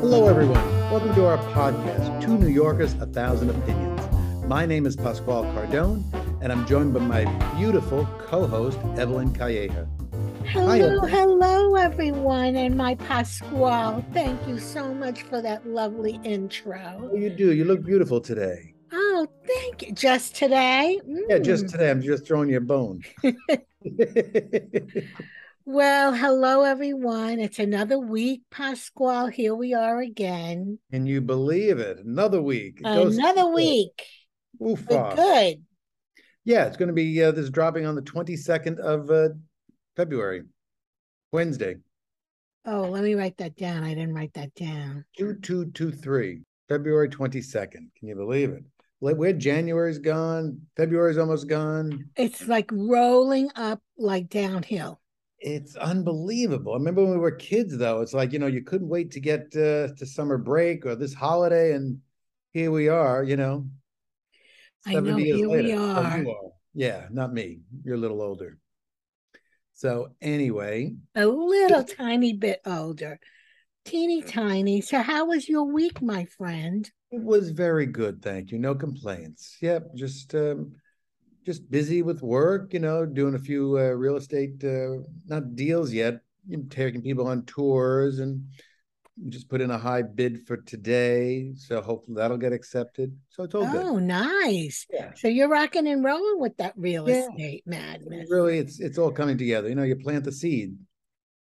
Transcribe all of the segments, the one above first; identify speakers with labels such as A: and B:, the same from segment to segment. A: Hello, everyone. Welcome to our podcast, Two New Yorkers, A Thousand Opinions. My name is Pasquale Cardone, and I'm joined by my beautiful co host, Evelyn Calleja.
B: Hello,
A: Evelyn.
B: hello, everyone, and my Pasquale. Thank you so much for that lovely
A: How
B: intro.
A: you do? You look beautiful today.
B: Oh, thank you. Just today?
A: Yeah, just
B: Mm.
A: today. I'm just throwing you a bone.
B: Well, hello, everyone. It's another week, Pasquale. Here we are again.
A: Can you believe it? Another week. It goes
B: Another
A: quick.
B: week.
A: Oof,
B: We're
A: ah.
B: good.
A: Yeah, it's going to be uh, this is dropping on the 22nd of uh, February, Wednesday,
B: Oh, let me write that down. I didn't write that down.
A: 2223, February 22nd. Can you believe it? Like where January's gone, February's almost gone.
B: It's like rolling up like downhill.
A: It's unbelievable. I remember when we were kids, though. It's like you know you couldn't wait to get uh, to summer break or this holiday, and here we are. You know,
B: I know, here we
A: Oh,
B: are.
A: you are. Yeah, not me. You're a little older. So anyway,
B: A little tiny bit older. Teeny tiny. So, how was your week, my friend?
A: It was very good, thank you. No complaints. Yep, just um, just busy with work. You know, doing a few uh, real estate uh, not deals yet. You know, taking people on tours and just put in a high bid for today. So hopefully that'll get accepted. So it's all good.
B: Oh, nice.
A: Yeah.
B: So you're rocking and rolling with that real
A: Yeah.
B: estate madness.
A: Really, it's it's all coming together. You know, you plant the seed.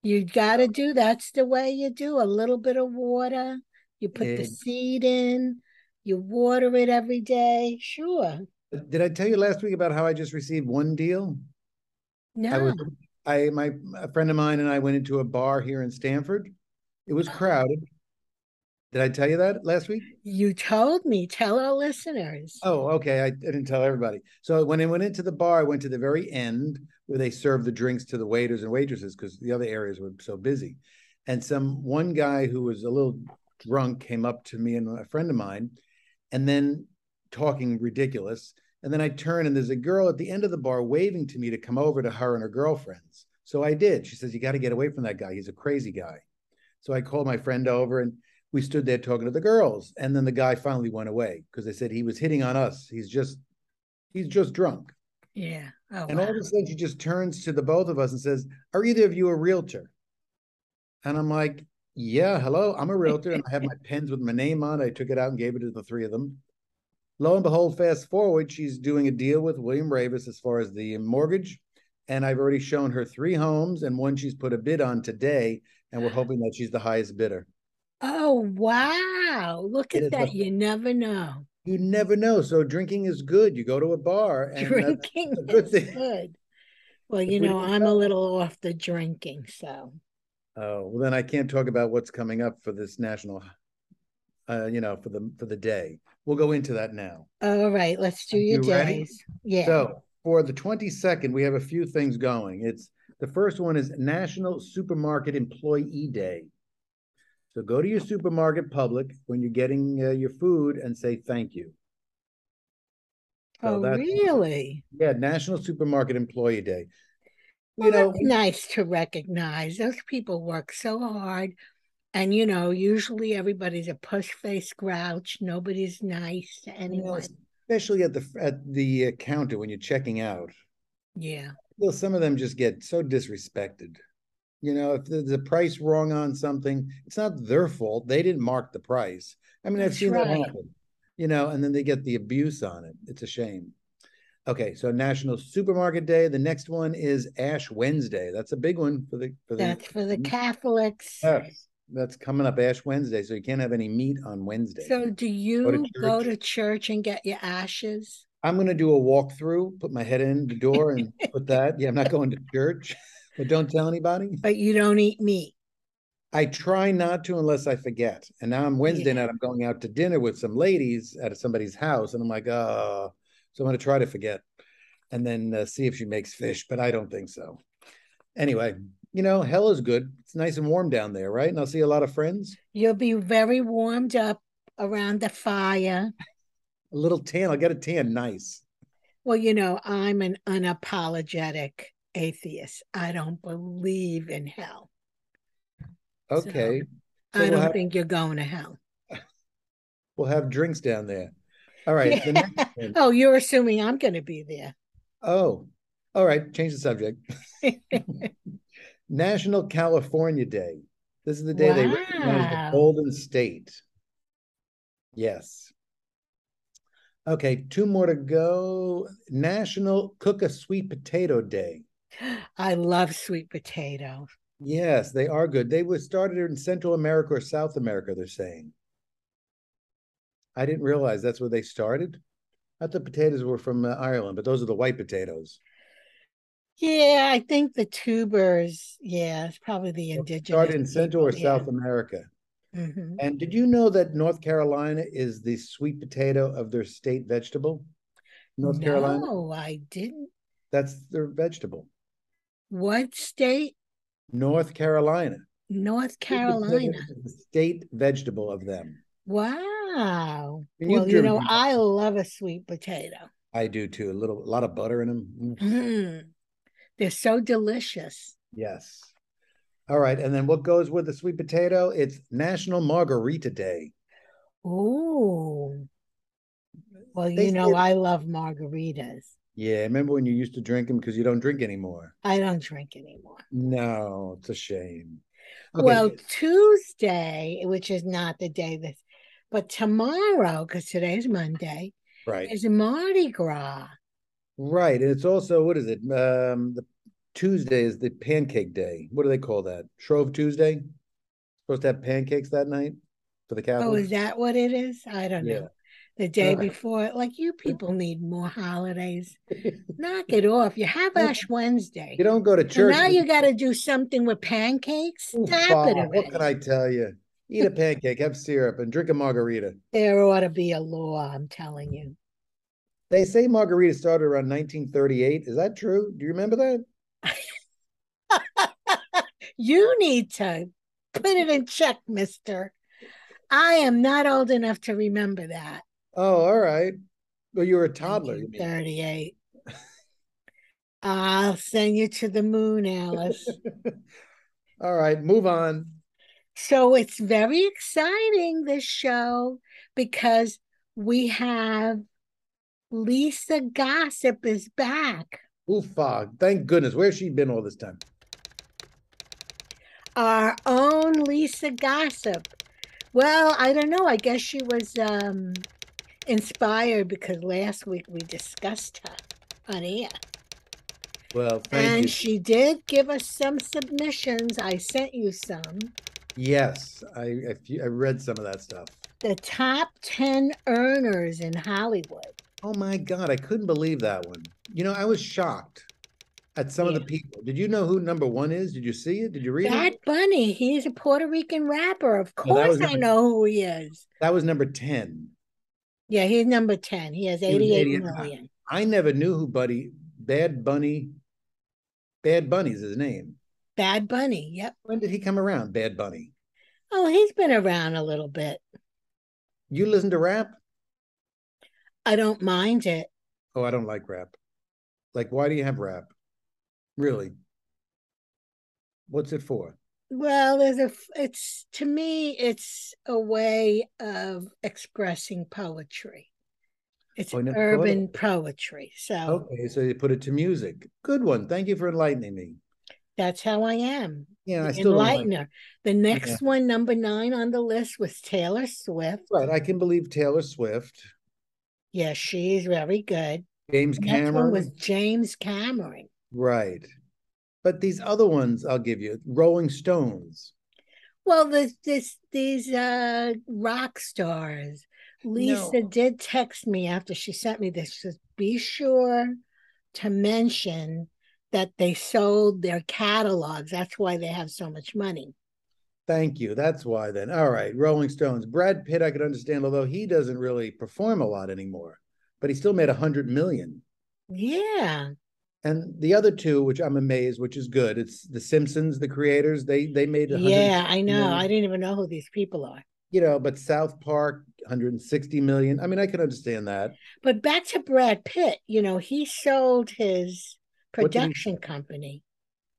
B: You got
A: Oh.
B: to do that's the way you do a little bit of water. You put the
A: Ex-
B: seed in, you water it every day. Sure.
A: Did I tell you last week about how I just received one deal? I
B: No.
A: was I my a friend of mine and I went into a bar here in Stanford. It was crowded. Did I tell you that last week?
B: You told me, tell our listeners.
A: Oh, okay. I, I didn't tell everybody. So when I went into the bar, I went to the very end where they serve the drinks to the waiters and waitresses because the other areas were so busy. And some one guy who was a little drunk came up to me and a friend of mine, and then talking ridiculous. And then I turn and there's a girl at the end of the bar waving to me to come over to her and her girlfriends. So I did. She says, You got to get away from that guy. He's a crazy guy. So I called my friend over and we stood there talking to the girls. And then the guy finally went away because they said he was hitting on us. He's just he's just drunk.
B: Yeah. Oh,
A: And
B: wow.
A: all of a sudden she just turns to the both of us and says, Are either of you a realtor? And I'm like, Yeah, hello, I'm a realtor. And I have my pens with my name on. it. I took it out and gave it to the three of them. Lo and behold, fast forward, she's doing a deal with William Ravis as far as the mortgage. And I've already shown her three homes and one she's put a bid on today. And we're hoping that she's the highest bidder.
B: Oh, wow. Look
A: It
B: at
A: is
B: that.
A: a-
B: You never know.
A: You never know. So drinking is good. You go to a bar and that's-
B: Drinking
A: a good
B: is
A: thing.
B: good. Well,
A: we
B: you know,
A: didn't
B: I'm
A: know.
B: a little off the drinking, so.
A: oh well then I can't talk about what's coming up for this national uh you know for the for the day. We'll go into that now.
B: All right, let's do your
A: You ready?
B: days. Yeah.
A: So for the 22nd, we have a few things going. It's the first one is National Supermarket Employee Day. So go to your supermarket public when you're getting uh, your food and say thank you. So
B: oh,
A: that's
B: really?
A: yeah, National Supermarket Employee Day.
B: Well,
A: you know,
B: that's nice to recognize. Those people work so hard. And, you know, usually everybody's a push face grouch. Nobody's nice to
A: you know,
B: anyone.
A: especially at the at the uh, counter when you're checking out.
B: Yeah.
A: Well, some of them just get so disrespected. You know, if there's a price wrong on something, it's not their fault. They didn't mark the price. I mean, I've
B: That's
A: seen that
B: right.
A: happen. You know, and then they get the abuse on it. It's a shame. Okay, so National Supermarket Day. The next one is Ash Wednesday. That's a big one for the for the
B: That's for the Catholics.
A: Yes, that's coming up Ash Wednesday. So you can't have any meat on Wednesday.
B: So, do you go
A: church.
B: to church and get your ashes?
A: I'm going to do a walkthrough, put my head in the door and put that. Yeah, I'm not going to church, but don't tell anybody.
B: But you don't eat meat.
A: I try not to unless I forget. And now I'm Wednesday
B: Yeah.
A: night, I'm going out to dinner with some ladies at somebody's house. And I'm like, oh, so I'm going to try to forget and then uh, see if she makes fish, but I don't think so. Anyway, you know, hell is good. It's nice and warm down there, right? And I'll see a lot of friends.
B: You'll be very warmed up around the fire.
A: A little tan. I'll get a tan. Nice.
B: Well, you know, I'm an unapologetic atheist. I don't believe in hell. So-
A: Okay. So
B: I
A: we'll
B: don't
A: have-
B: think you're going to hell.
A: We'll have drinks down there. All right. the next one.
B: oh, you're assuming I'm going to be there.
A: Oh, all right. Change the subject. National California Day. This is the day they recognize the
B: Wow.
A: Golden State. Yes. Okay, two more to go. National Cook a Sweet Potato Day.
B: I love sweet potato.
A: Yes, they are good. They were started in Central America or South America, they're saying. I didn't realize that's where they started. I thought potatoes were from uh, Ireland, but those are the white potatoes.
B: Yeah, I think the tubers. Yeah, it's probably the indigenous.
A: Started in Central or
B: people, yeah.
A: South America.
B: Mhm.
A: And did you know that North Carolina is the sweet potato of their state vegetable? North Carolina,
B: No, I didn't.
A: that's their vegetable.
B: What state?
A: North Carolina.
B: North
A: Sweet potato
B: Carolina.
A: is the State vegetable of them.
B: Wow.
A: And
B: well,
A: you've
B: you
A: driven
B: know,
A: through
B: I love a sweet potato.
A: I do too. A little, a lot of butter in them.
B: Mm. They're so delicious.
A: Yes. All right. And then what goes with the sweet potato? It's National Margarita Day.
B: Oh. Well,
A: They
B: you know,
A: said-
B: I love margaritas.
A: Yeah. Remember when you used to drink them because you don't drink anymore?
B: I don't drink anymore.
A: No, it's a shame. Okay.
B: Well, Tuesday, which is not the day that, but tomorrow, because today's Monday,
A: right.
B: is Mardi Gras.
A: Right. And it's also, what is it? Um, the Tuesday is the pancake day. What do they call that? Shrove Tuesday? Supposed to have pancakes that night for the
B: Oh, is
A: Catholics?
B: that what it is? I don't
A: Yeah.
B: know. The day
A: Alright.
B: before, like you people need more holidays. Knock it off. You have Ash Wednesday.
A: You don't go to
B: So
A: church.
B: now
A: but-
B: you got to do something with pancakes.
A: Ooh,
B: Stop it
A: Bob, What can
B: already.
A: I tell you? Eat a pancake, have syrup, and drink a margarita.
B: There ought to be a law, I'm telling you.
A: They say margarita started around 1938. Is that true? Do you remember that?
B: You need to put it in check, mister. I am not old enough to remember that.
A: Oh, all right. Well, you were a toddler. You mean.
B: 1938. I'll send you to the moon, Alice.
A: All right, move on.
B: So it's very exciting, this show, because we have Lisa Gossip is back,
A: Ooh, fog. Thank goodness. Where's she been all this time?
B: our own Lisa Gossip. Well, I don't know. I guess she was um, inspired because last week we discussed her on air.
A: Well, thank
B: and
A: you.
B: she did give us some submissions. I sent you some.
A: yes, I, I fe- I read some of that stuff.
B: The top 10 earners in Hollywood.
A: Oh my God, I couldn't believe that one. You know, I was shocked at some of the
B: Yeah.
A: people. Did you know who number one is? Did you see it? Did you read
B: Bad
A: it?
B: Bunny, he's a Puerto Rican rapper. Of
A: Oh, that was
B: course, I
A: number-
B: know who he is.
A: That was number 10.
B: Yeah, he's number 10. He has
A: He was
B: 88
A: 88
B: million.
A: I never knew who Buddy Bad Bunny Bad Bunny's his name.
B: Bad Bunny, yep.
A: When did he come around, Bad Bunny?
B: Oh, he's been around a little bit.
A: You listen to rap?
B: I don't mind it.
A: Oh, I don't like rap. Like, why do you have rap? Really? What's it for?
B: Well, there's a, f- it's to me, it's a way of expressing poetry. It's
A: Oh, I never thought of
B: urban
A: it.
B: poetry. So
A: Okay, so you put it to music. Good one. Thank you for enlightening me.
B: that's how I am.
A: Yeah, I
B: the
A: still don't like
B: Enlightener. The next one, number nine on the list, was Taylor Swift.
A: Right, I can believe Taylor Swift,
B: Yes, she is very good.
A: James
B: The Next
A: Cameron.
B: one was James Cameron.
A: Right. But these other ones I'll give you. Rolling Stones.
B: Well, this this these uh rock stars. Lisa
A: No.
B: did text me after she sent me this. She says, be sure to mention that they sold their catalogs. That's why they have so much money.
A: Thank you. That's why then. All right. Rolling Stones. Brad Pitt, I could understand, although he doesn't really perform a lot anymore, but he still made a hundred million.
B: Yeah.
A: And the other two, which I'm amazed, which is good. It's The Simpsons, the creators. They they made a hundred,
B: Yeah, I know.
A: million.
B: I didn't even know who these people are.
A: you know, but South Park, 160 million. I mean, I can understand that.
B: But back to Brad Pitt, you know, he sold his
A: What did he-
B: production company.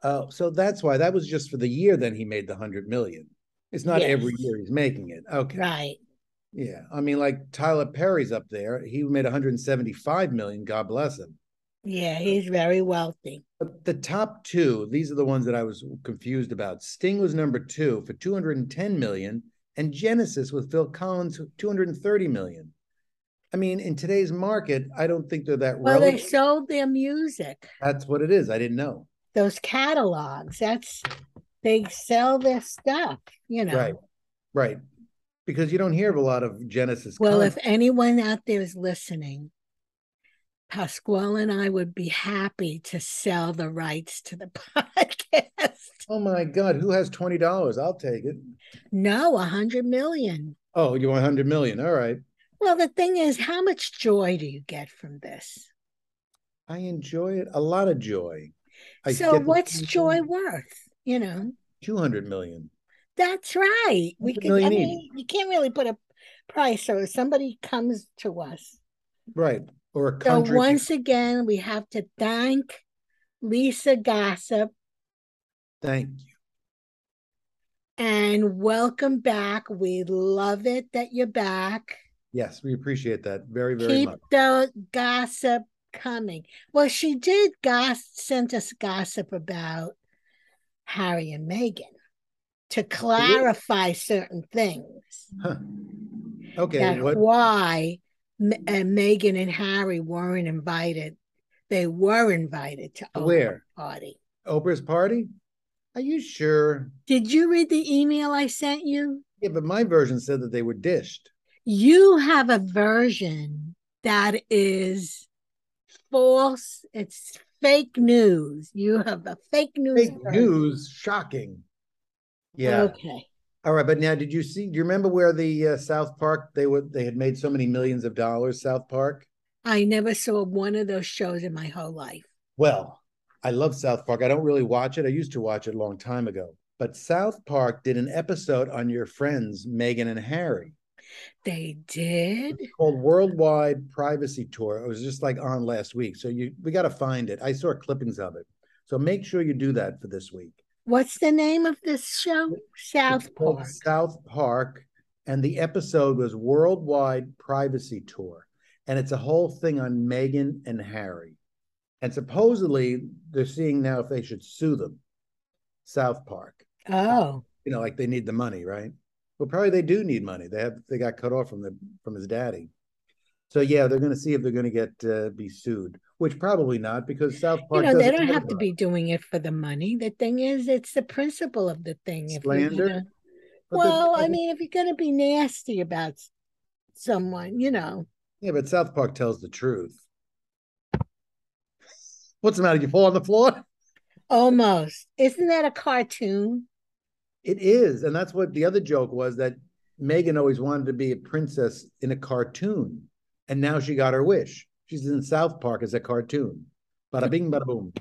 A: Oh, so that's why that was just for the year then he made the hundred million. It's not
B: Yes.
A: every year he's making it. Okay.
B: Right.
A: Yeah. I mean, like Tyler Perry's up there. He made 175 million. God bless him.
B: Yeah, he's very wealthy.
A: But the top two, these are the ones that I was confused about. Sting was number two for 210 million, and Genesis with Phil Collins with 230 million. I mean, in today's market, I don't think they're that
B: Well, they
A: relevant.
B: sold their music,
A: That's what it is. I didn't know.
B: those catalogs. That's they sell their stuff, you know.
A: Right. Right. Because you don't hear of a lot of Genesis.
B: Well,
A: content.
B: if anyone out there is listening, Pasquale and I would be happy to sell the rights to the podcast.
A: oh my God, who has $20? I'll take it.
B: No, a hundred million.
A: Oh, you want 100 million. All right.
B: Well, the thing is, how much joy do you get from this?
A: I enjoy it. A lot of joy. I
B: so,
A: get the
B: what's
A: feeling-
B: joy worth? You know,
A: 200 million.
B: that's right. We
A: Hundred
B: can. I
A: million each.
B: mean, you can't really put a price. So, if somebody comes to us,
A: Right. Or a
B: So
A: country.
B: once again, we have to thank Lisa Gossip
A: Thank you.
B: and welcome back. We love it that you're back.
A: Yes, we appreciate that very, very
B: Keep
A: much.
B: the gossip coming. Well, she did goss send us gossip about Harry and Meghan to clarify certain things.
A: Huh. Okay.
B: that
A: what?
B: why M- uh, Megan and Harry weren't invited. They were invited to Oprah's
A: Where?
B: party.
A: Oprah's party? Are you sure?
B: Did you read the email I sent you?
A: Yeah, but my version said that they were dished.
B: You have a version that is false. It's fake news. You have a fake news.
A: Fake
B: version.
A: news, shocking. Yeah.
B: Okay.
A: All right, but now did you see? Do you remember where the uh, South Park they were? They had made so many millions of dollars. South Park.
B: I never saw one of those shows in my whole life.
A: Well, I love South Park. I don't really watch it. I used to watch it a long time ago. But South Park did an episode on your friends Megan and Harry
B: They did.
A: called Worldwide Privacy Tour. It was just like on last week, so you we got to find it. I saw clippings of it, so make sure you do that for this week.
B: What's the name of this show?
A: It's
B: South
A: called
B: Park.
A: South Park. And the episode was Worldwide Privacy Tour. And it's a whole thing on Meghan and Harry. And supposedly they're seeing now if they should sue them, South Park.
B: Oh,
A: You know, like they need the money, right? Well, probably they do need money. They have they got cut off from the from his daddy. So yeah, they're going to see if they're going to get uh, be sued, which probably not because South
B: you
A: Park.
B: know, they
A: doesn't
B: don't have to
A: cover
B: be doing it for the money. The thing is, it's the principle of the thing. If you're
A: Slander?
B: gonna-
A: But they-
B: well, I mean, if you're going to be nasty about s- someone, you know,
A: Yeah, but South Park tells the truth. What's the matter? You fall on the floor?
B: almost. Isn't that a cartoon?
A: It is. And that's what the other joke was that Megan always wanted to be a princess in a cartoon. And now she got her wish. She's in South Park as a cartoon. Bada bing, bada boom.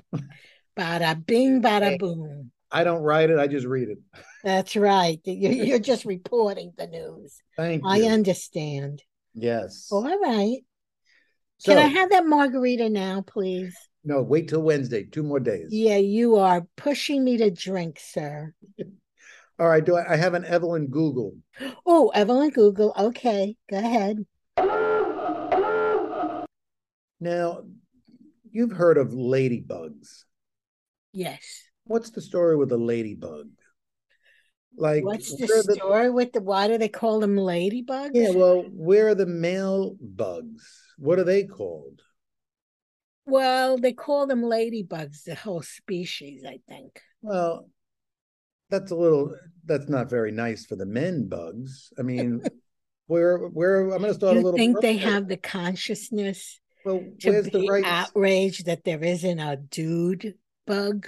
B: Bada bing, bada boom.
A: I don't write it, I just read it.
B: That's right. You're, you're just reporting the news.
A: Thank
B: I
A: you.
B: understand.
A: yes.
B: All right.
A: so,
B: Can I have that margarita now, please?
A: no, wait till Wednesday, two more days.
B: Yeah, you are pushing me to drink, sir.
A: All right. Do I, I have an Evelyn Google?
B: Oh, Evelyn Google. Okay, go ahead.
A: Now, you've heard of ladybugs.
B: Yes.
A: What's the story with a ladybug? Like,
B: What's the
A: where are
B: story with the why do they call them ladybugs?
A: Yeah, well, where are the male bugs? What are they called?
B: Well, they call them ladybugs, the whole species, I think.
A: Well, that's a little. That's not very nice for the men bugs. I mean, where where I'm going to start a
B: You
A: little.
B: think they
A: further.
B: have the consciousness
A: Well,
B: to
A: where's the
B: be
A: right?
B: outraged that there isn't a dude bug?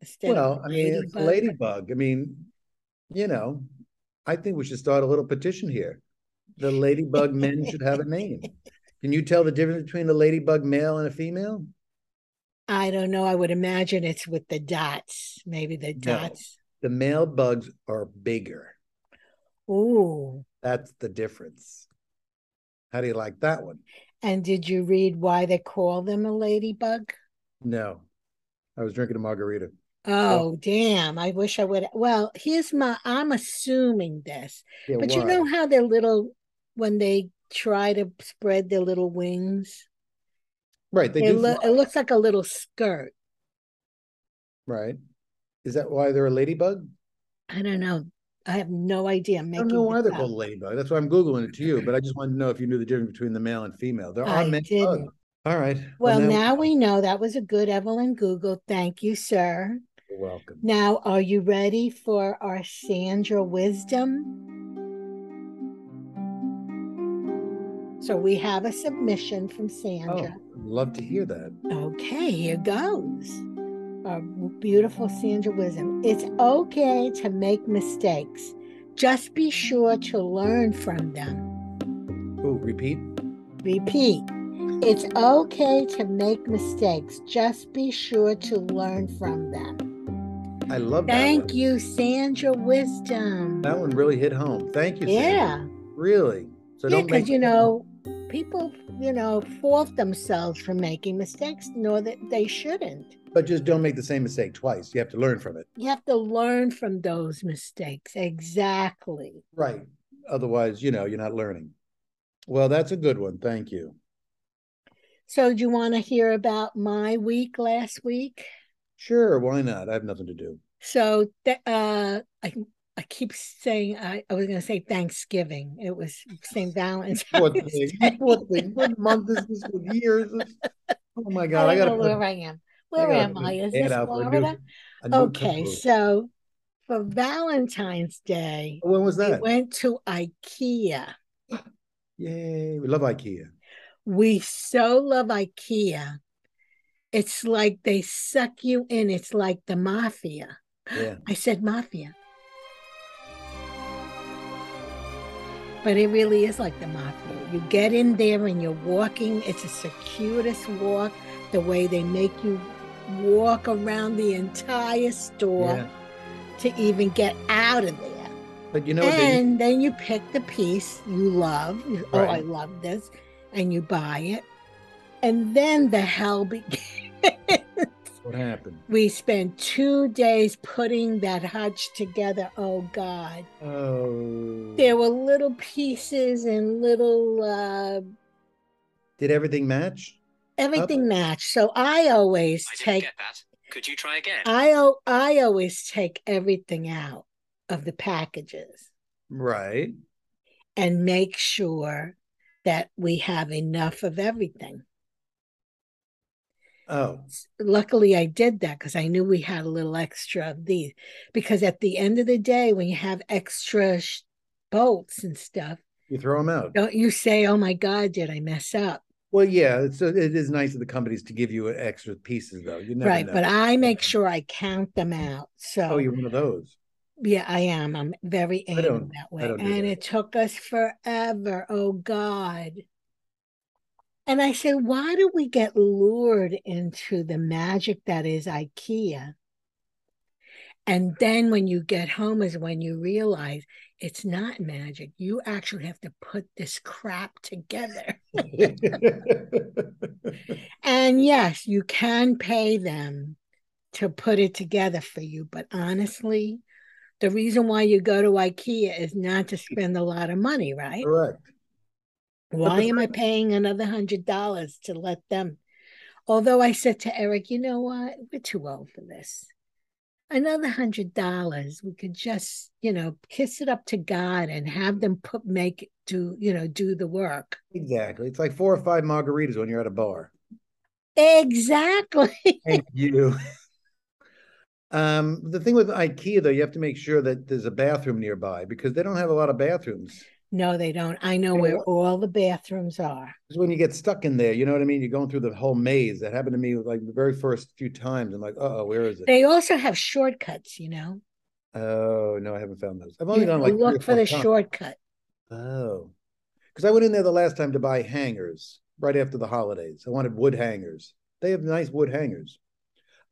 B: Instead of
A: well, I
B: a
A: mean, it's a
B: ladybug?
A: ladybug. I mean, you know, I think we should start a little petition here. The ladybug men should have a name. Can you tell the difference between a ladybug male and a female?
B: I don't know. I would imagine it's with the dots. Maybe the dots.
A: The male bugs are bigger.
B: Ooh.
A: That's the difference. How do you like that one?
B: And did you read why they call them a ladybug?
A: No, I was drinking a margarita.
B: Oh, damn. I wish I would. Well, here's my I'm assuming this.
A: Yeah,
B: But you
A: why?
B: know how they're little when they try to spread their little wings?
A: right? They
B: It,
A: do
B: loo-
A: fly,
B: it looks like a little skirt.
A: right. Is that why they're a ladybug?
B: I don't know. I have no idea. I'm
A: I
B: making
A: don't know why
B: this
A: they're
B: up.
A: called ladybug. That's why I'm googling it to you. But I just wanted to know if you knew the difference between the male and female. There are
B: I
A: many
B: didn't.
A: bugs. All right.
B: Well, now, we know that was a good Evelyn Google. Thank you, sir.
A: You're welcome.
B: Now, are you ready for our Sandra wisdom? So we have a submission from
A: Oh,
B: Sandra.
A: I'd love to hear that.
B: Okay, here goes. Our beautiful Sandra Wisdom. It's okay to make mistakes. Just be sure to learn from them.
A: Oh, repeat.
B: Repeat. It's okay to make mistakes. Just be sure to learn from them.
A: I love that.
B: Thank
A: one.
B: you, Sandra Wisdom.
A: That one really hit home. Thank you. Sandra.
B: Yeah.
A: Really. So
B: Yeah,
A: don't
B: because
A: make
B: you know, people, you know, fault themselves for making mistakes, nor that they shouldn't.
A: but just don't make the same mistake twice. You have to learn from it.
B: You have to learn from those mistakes. Exactly.
A: Right. Otherwise, you know, you're not learning. Well, that's a good one. Thank you.
B: So, do you want to hear about my week last week?
A: Sure, why not? I have nothing to do.
B: So, th- uh, I I keep saying I, I was going to say Thanksgiving. It was St. Valentine's.
A: What
B: Day.
A: thing? What thing? What month is this? What year is this? Oh my
B: I
A: God! I
B: don't
A: gotta.
B: know
A: put-
B: where I am.
A: I
B: Where
A: gotta
B: am
A: put
B: I?
A: an
B: Is
A: ad
B: this
A: out for a new-
B: Florida?
A: a new
B: Okay,
A: cookbook.
B: so for Valentine's Day,
A: when was
B: we
A: that?
B: went to IKEA.
A: Yay! We love IKEA.
B: We so love IKEA. It's like they suck you in. It's like the mafia.
A: Yeah.
B: I said mafia. But it really is like the mafia. You get in there and you're walking. It's a circuitous walk, the way they make you walk around the entire store
A: Yeah.
B: to even get out of there.
A: But you know what? They,
B: and then you pick the piece you love. You- Oh, I
A: Right.
B: love this. And you buy it. And then the hell begins.
A: what happened?
B: we spent two days putting that hutch together. Oh, God.
A: Oh.
B: There were little pieces and little, uh,
A: Did everything match?
B: everything matched. So I always
C: I didn't
B: take, Uh,
C: get that. Could you try again?
B: I, al- I always take everything out of the packages.
A: Right.
B: and make sure that we have enough of everything.
A: Oh.
B: Luckily, I did that because I knew we had a little extra of these. Because at the end of the day, when you have extra sh- bolts and stuff,
A: You throw them out.
B: don't you say, "Oh my God, did I mess up?"
A: Well, yeah. So it is nice of the companies to give you uh, extra pieces, though. You never
B: right,
A: know.
B: but I make
A: Okay.
B: sure I count them out. So
A: oh, you're one of those.
B: yeah, I am. I'm very anal
A: don't-
B: that
A: I
B: way,
A: don't do
B: and
A: that.
B: it took us forever. Oh God. And I said, why do we get lured into the magic that is IKEA? And then when you get home is when you realize it's not magic. You actually have to put this crap together. And yes, you can pay them to put it together for you. But honestly, the reason why you go to IKEA is not to spend a lot of money, right?
A: Correct.
B: Why am I paying another hundred dollars to let them? Although I said to Eric, you know what? We're too old for this. Another hundred dollars, we could just, you know, kiss it up to God and have them put make do, you know, do the work.
A: Exactly. It's like four or five margaritas when you're at a bar.
B: Exactly.
A: Thank you. Um, the thing with IKEA though, you have to make sure that there's a bathroom nearby because they don't have a lot of bathrooms.
B: No, they don't. I know
A: You know
B: where
A: what?
B: all the bathrooms are.
A: 'Cause when you get stuck in there, you know what I mean? You're going through the whole maze. That happened to me like the very first few times. I'm like, uh oh, where is it?
B: They also have shortcuts, you know.
A: Oh no, I haven't found those. I've
B: You
A: only gone
B: have to
A: like three or
B: look for
A: four
B: the
A: times.
B: shortcut.
A: Oh, because I went in there the last time to buy hangers right after the holidays. I wanted wood hangers. They have nice wood hangers.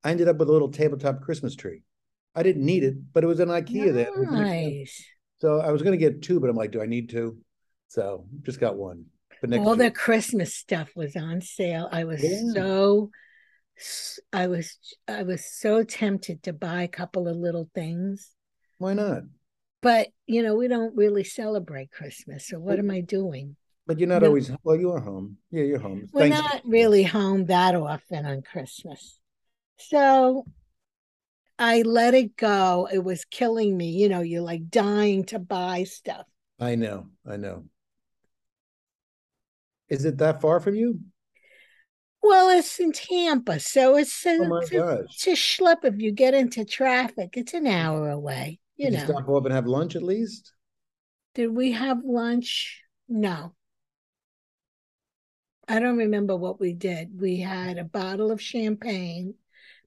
A: I ended up with a little tabletop Christmas tree. I didn't need it, but it was an IKEA there. It was inexpensive.
B: Nice.
A: So I was going to get two, but I'm like, do I need two? So just got one. But next
B: all
A: year,
B: the Christmas stuff was on sale. I was
A: Yeah.
B: so s- I was I was so tempted to buy a couple of little things,
A: Why not?
B: but you know we don't really celebrate Christmas. So what am I doing?
A: But you're not
B: No.
A: always well. You are home. Yeah, you're home.
B: We're
A: Thanks-
B: not really home that often on Christmas, so I let it go. It was killing me. You know, you're like dying to buy stuff.
A: I know. I know. Is it that far from you?
B: Well, it's in Tampa, so it's a,
A: Oh my
B: it's a-
A: gosh!
B: it's a schlep if you get into traffic. It's an hour away. You
A: Did
B: know,
A: stop off and have lunch at least.
B: did we have lunch? No. I don't remember what we did. We had a bottle of champagne,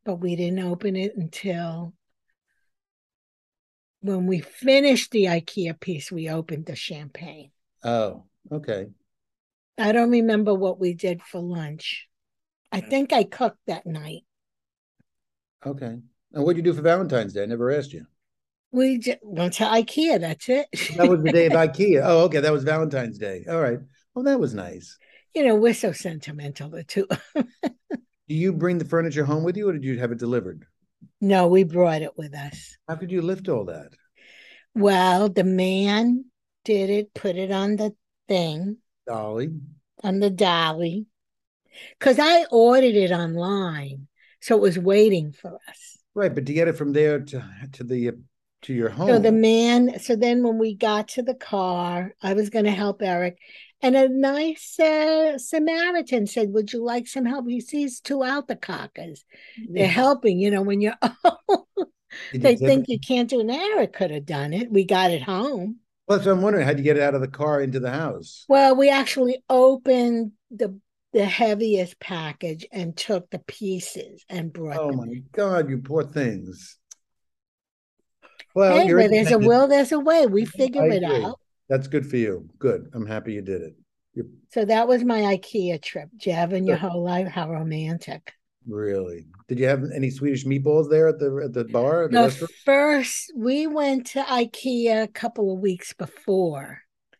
B: but we didn't open it until when we finished the IKEA piece, we opened the champagne.
A: Oh, okay.
B: I don't remember what we did for lunch. I think I cooked that night.
A: Okay. And what'd you do for Valentine's Day? I never asked you.
B: We j- went to IKEA. That's it.
A: That was the day of IKEA. Oh, okay. That was Valentine's Day. All right. Well, that was nice.
B: you know, we're so sentimental, the two.
A: Do you bring the furniture home with you or did you have it delivered?
B: no, we brought it with us.
A: How could you lift all that?
B: Well, the man did it, put it on the thing,
A: Dolly.
B: on the dolly, because I ordered it online. So it was waiting for us.
A: Right, but to get it from there to to the to your home.
B: So the man, so then when we got to the car, I was going to help Eric. And a nice uh, Samaritan said, Would you like some help? He sees two alpacocas. They're helping, you know, when you're
A: Did you
B: they
A: take
B: think
A: it-
B: you can't do an Eric could have done it. We got it home.
A: Well, so I'm wondering how would you get it out of the car into the house.
B: Well, we actually opened the the heaviest package and took the pieces and brought
A: Oh
B: them.
A: my God, you poor things. Well,
B: Hey,
A: you're
B: where there's a
A: independent.
B: will, there's a way. We figure it
A: agree.
B: out.
A: That's good for you. Good. I'm happy you did it. You're
B: So that was my IKEA trip, Jev, and your
A: Good.
B: whole life. How romantic.
A: really. Did you have any Swedish meatballs there at the at the bar? at the
B: The
A: restaurant?
B: first we went to IKEA a couple of weeks before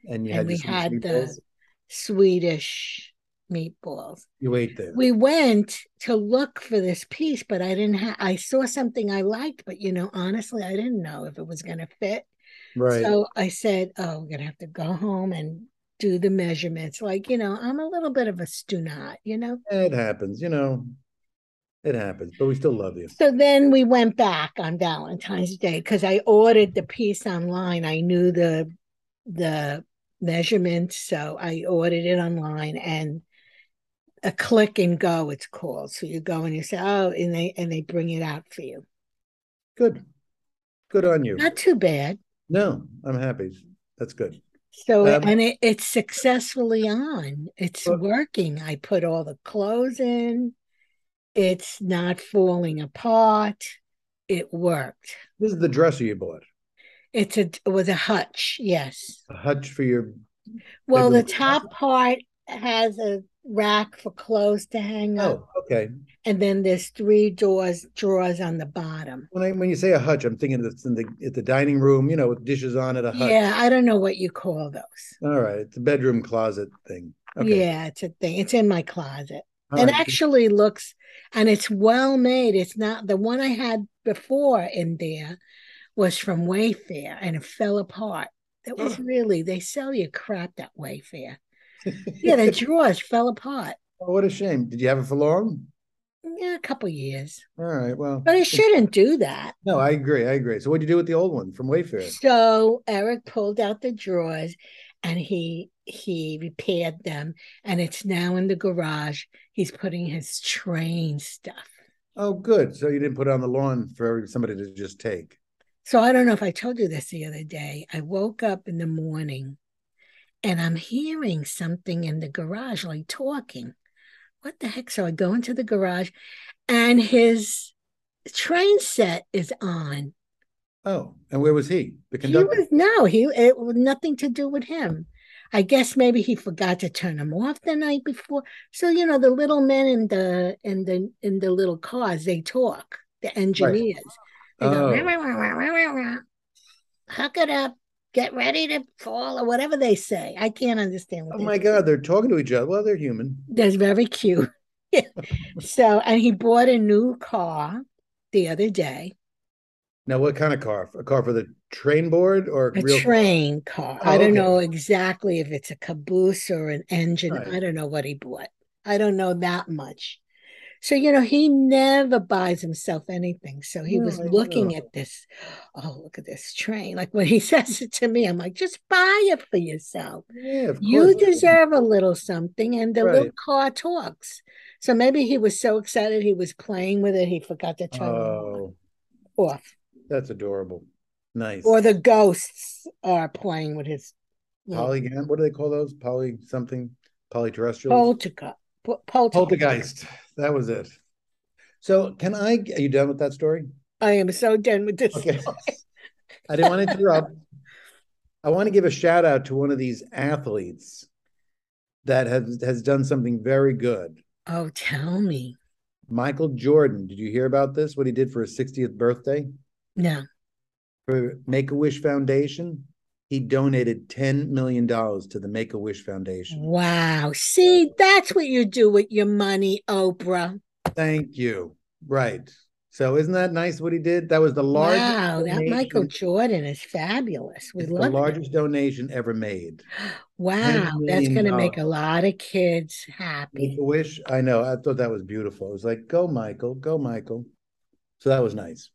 A: And you
B: and
A: had your
B: we
A: Swedish
B: had the-
A: meatballs?
B: Swedish meatballs.
A: You ate there.
B: we went to look for this piece, but I didn't have, I saw something I liked, but you know, honestly, I didn't know if it was going to fit.
A: Right.
B: So I said, Oh, I'm going to have to go home and do the measurements. Like, you know, I'm a little bit of a stunat, you know?
A: It happens, you know. It happens, but we still love you.
B: So then we went back on Valentine's Day because I ordered the piece online. I knew the, the, measurements so i ordered it online and a click and go it's called so you go and you say oh and they and they bring it out for you
A: Good. Good on you.
B: not too bad.
A: No, I'm happy. That's good.
B: So
A: Um,
B: and it, it's successfully on. It's
A: Well-
B: working. I put all the clothes in. It's not falling apart. It worked.
A: This is the dresser you bought.
B: It's a it was a hutch. Yes.
A: A hutch for your
B: Well,
A: were
B: the
A: the-
B: top part has a rack for clothes to hang up,
A: Oh, okay.
B: and then there's three doors drawers on the bottom.
A: When I when you say a hutch, I'm thinking it's in the at the dining room, you know, with dishes on it, a hutch.
B: Yeah, I don't know what you call those.
A: All right. It's a bedroom closet thing. Okay.
B: Yeah, it's a thing. It's in my closet.
A: All
B: It
A: right.
B: actually looks, and it's well made. It's not the one I had before in there was from Wayfair and it fell apart. That was really, they sell you crap at Wayfair. Yeah, the drawers fell apart.
A: Oh, what a shame. Did you have it for long?
B: Yeah, a couple years,
A: All right. Well,
B: but it shouldn't do that.
A: no, I agree. I agree. So what'd you do with the old one from Wayfair?
B: So Eric pulled out the drawers and he he repaired them and it's now in the garage. He's putting his train stuff.
A: Oh, good. So you didn't put it on the lawn for somebody to just take.
B: So I don't know if I told you this the other day. I woke up in the morning and I'm hearing something in the garage, like talking. What the heck? So I go into the garage and his train set is on.
A: Oh, and where was he? The
B: He
A: conductor.
B: was no, he it was nothing to do with him. I guess maybe he forgot to turn them off the night before. So you know the little men in the in the in the little cars, they talk. The engineers, they go,
A: Oh.
B: "Rah, rah, rah, rah, rah, rah, rah. hook it up, get ready to fall, or whatever they say. I can't understand. What
A: Oh
B: they
A: my
B: say.
A: God, they're talking to each other. Well, they're human.
B: that's very cute. so, and he bought a new car the other day,
A: Now, what kind of car? A car for the train board or
B: a
A: real?
B: train car.
A: Oh,
B: I don't
A: okay.
B: know exactly if it's a caboose or an engine.
A: Right.
B: I don't know what he bought. I don't know that much. So, you know, he never buys himself anything. So he was
A: No, I
B: looking
A: know.
B: at this. Oh, look at this train. Like when he says it to me, I'm like, just buy it for yourself.
A: Yeah, of
B: You
A: course.
B: deserve a little something, and the little
A: Right.
B: car talks. So maybe he was so excited he was playing with it, he forgot to turn it
A: Oh,
B: off.
A: that's adorable. Nice.
B: Or the ghosts are playing with his little
A: polygam. What do they call those? Poly something. Polyterrestrials.
B: poltergeist. po- Poltergeist.
A: Poltergeist. That was it. So, can I? Are you done with that story?
B: I am so done with this.
A: Okay. I didn't want to interrupt. I want to give a shout out to one of these athletes that has has done something very good.
B: Oh, tell me.
A: Michael Jordan. Did you hear about this? What he did for his 60th birthday?
B: No.
A: for Make a Wish Foundation, he donated $10 million to the Make a Wish Foundation.
B: Wow. See, that's what you do with your money, Oprah.
A: Thank you. Right. So isn't that nice what he did? That was the largest
B: wow, that Michael
A: donation-
B: Jordan is fabulous. We
A: it's the
B: love it.
A: largest donation ever made.
B: Wow, that's
A: million
B: going to make a lot of kids happy.
A: Make a wish. I know. I thought that was beautiful. It was like, go, Michael, go, Michael. So that was nice.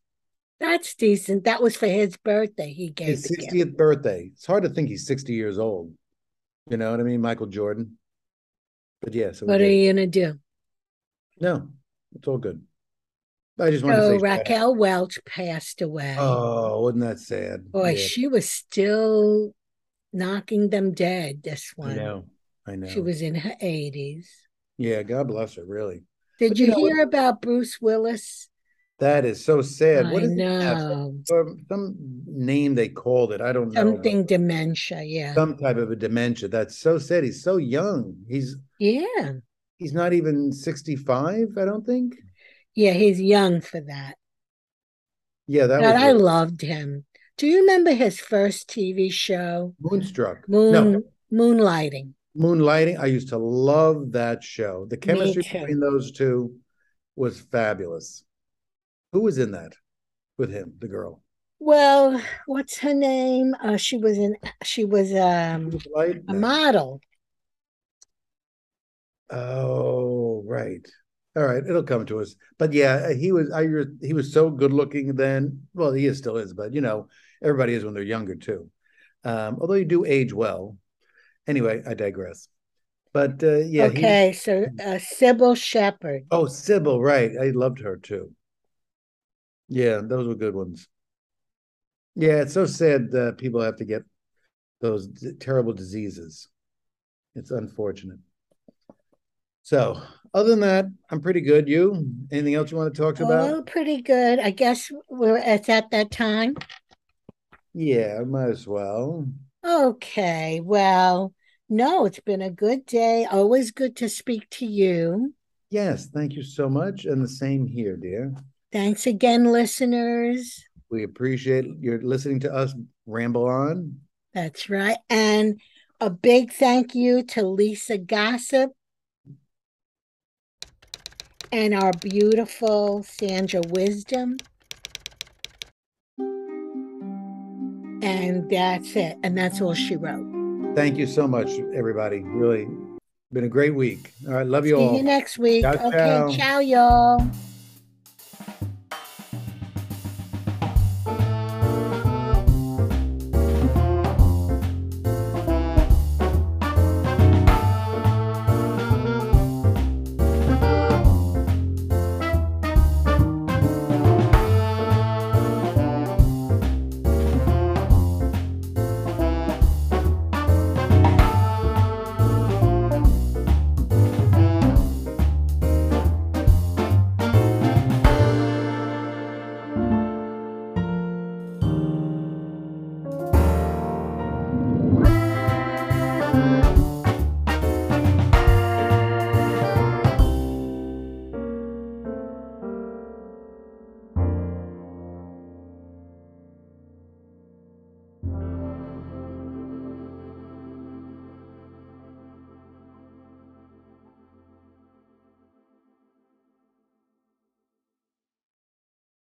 B: That's decent. That was for his birthday. He gave
A: His
B: the gift.
A: 60th birthday. It's hard to think he's 60 years old. You know what I mean? Michael Jordan. But yeah, so we
B: What are
A: did.
B: you going to do?
A: no, it's all good. I just want to
B: So
A: say
B: Oh, Raquel Welch passed away.
A: Oh, wasn't that sad?
B: Boy,
A: Yeah,
B: she was still knocking them dead. This
A: I
B: one,
A: know. I know.
B: she was in her eighties.
A: yeah, God bless her, really.
B: Did
A: But
B: you,
A: you know what-
B: hear about Bruce Willis?
A: That is so sad. What
B: I
A: is it? Yeah,
B: know
A: Some, some name they called it. I don't know. but
B: something dementia. Yeah,
A: Some type of a dementia. That's so sad. He's so young. He's
B: yeah,
A: he's not even 65, I don't think.
B: yeah. He's young for that.
A: Yeah, that
B: But
A: was
B: I
A: it.
B: loved him. Do you remember his first TV show,
A: Moonstruck.
B: Moon
A: No,
B: Moonlighting?
A: Moonlighting. I used to love that show. The chemistry
B: too.
A: between those two was fabulous. Who was in that with him, the girl?
B: Well, what's her name? Uh, she was in. She was um,
A: Light?
B: a
A: No.
B: model.
A: Oh, right. All right, it'll come to us. But yeah, he was I re- he was so good looking then. Well, he is still is, but you know, everybody is when they're younger too. Um, although you do age well. Anyway, I digress. But uh, yeah, he-
B: okay, so uh, Sybil Shepherd.
A: oh, Sybil, right. I loved her too. Yeah, those were good ones. Yeah, it's so sad that people have to get those d- terrible diseases. It's unfortunate. So, other than that, I'm pretty good. You? Anything else you want to talk to about?
B: Oh, pretty good. I guess we're it's at that time.
A: Yeah, might as well.
B: Okay, well, no, it's been a good day. Always good to speak to you.
A: Yes, thank you so much. And the same here, dear.
B: Thanks again, listeners.
A: We appreciate your listening to us ramble on.
B: That's right. And a big thank you to Lisa Gossip and our beautiful Sandra Wisdom. And that's it. And that's all she wrote.
A: Thank you so much, everybody. Really been a great week. All right, love you
B: See
A: all.
B: you next week.
A: Ciao,
B: okay,
A: ciao.
B: ciao, y'all.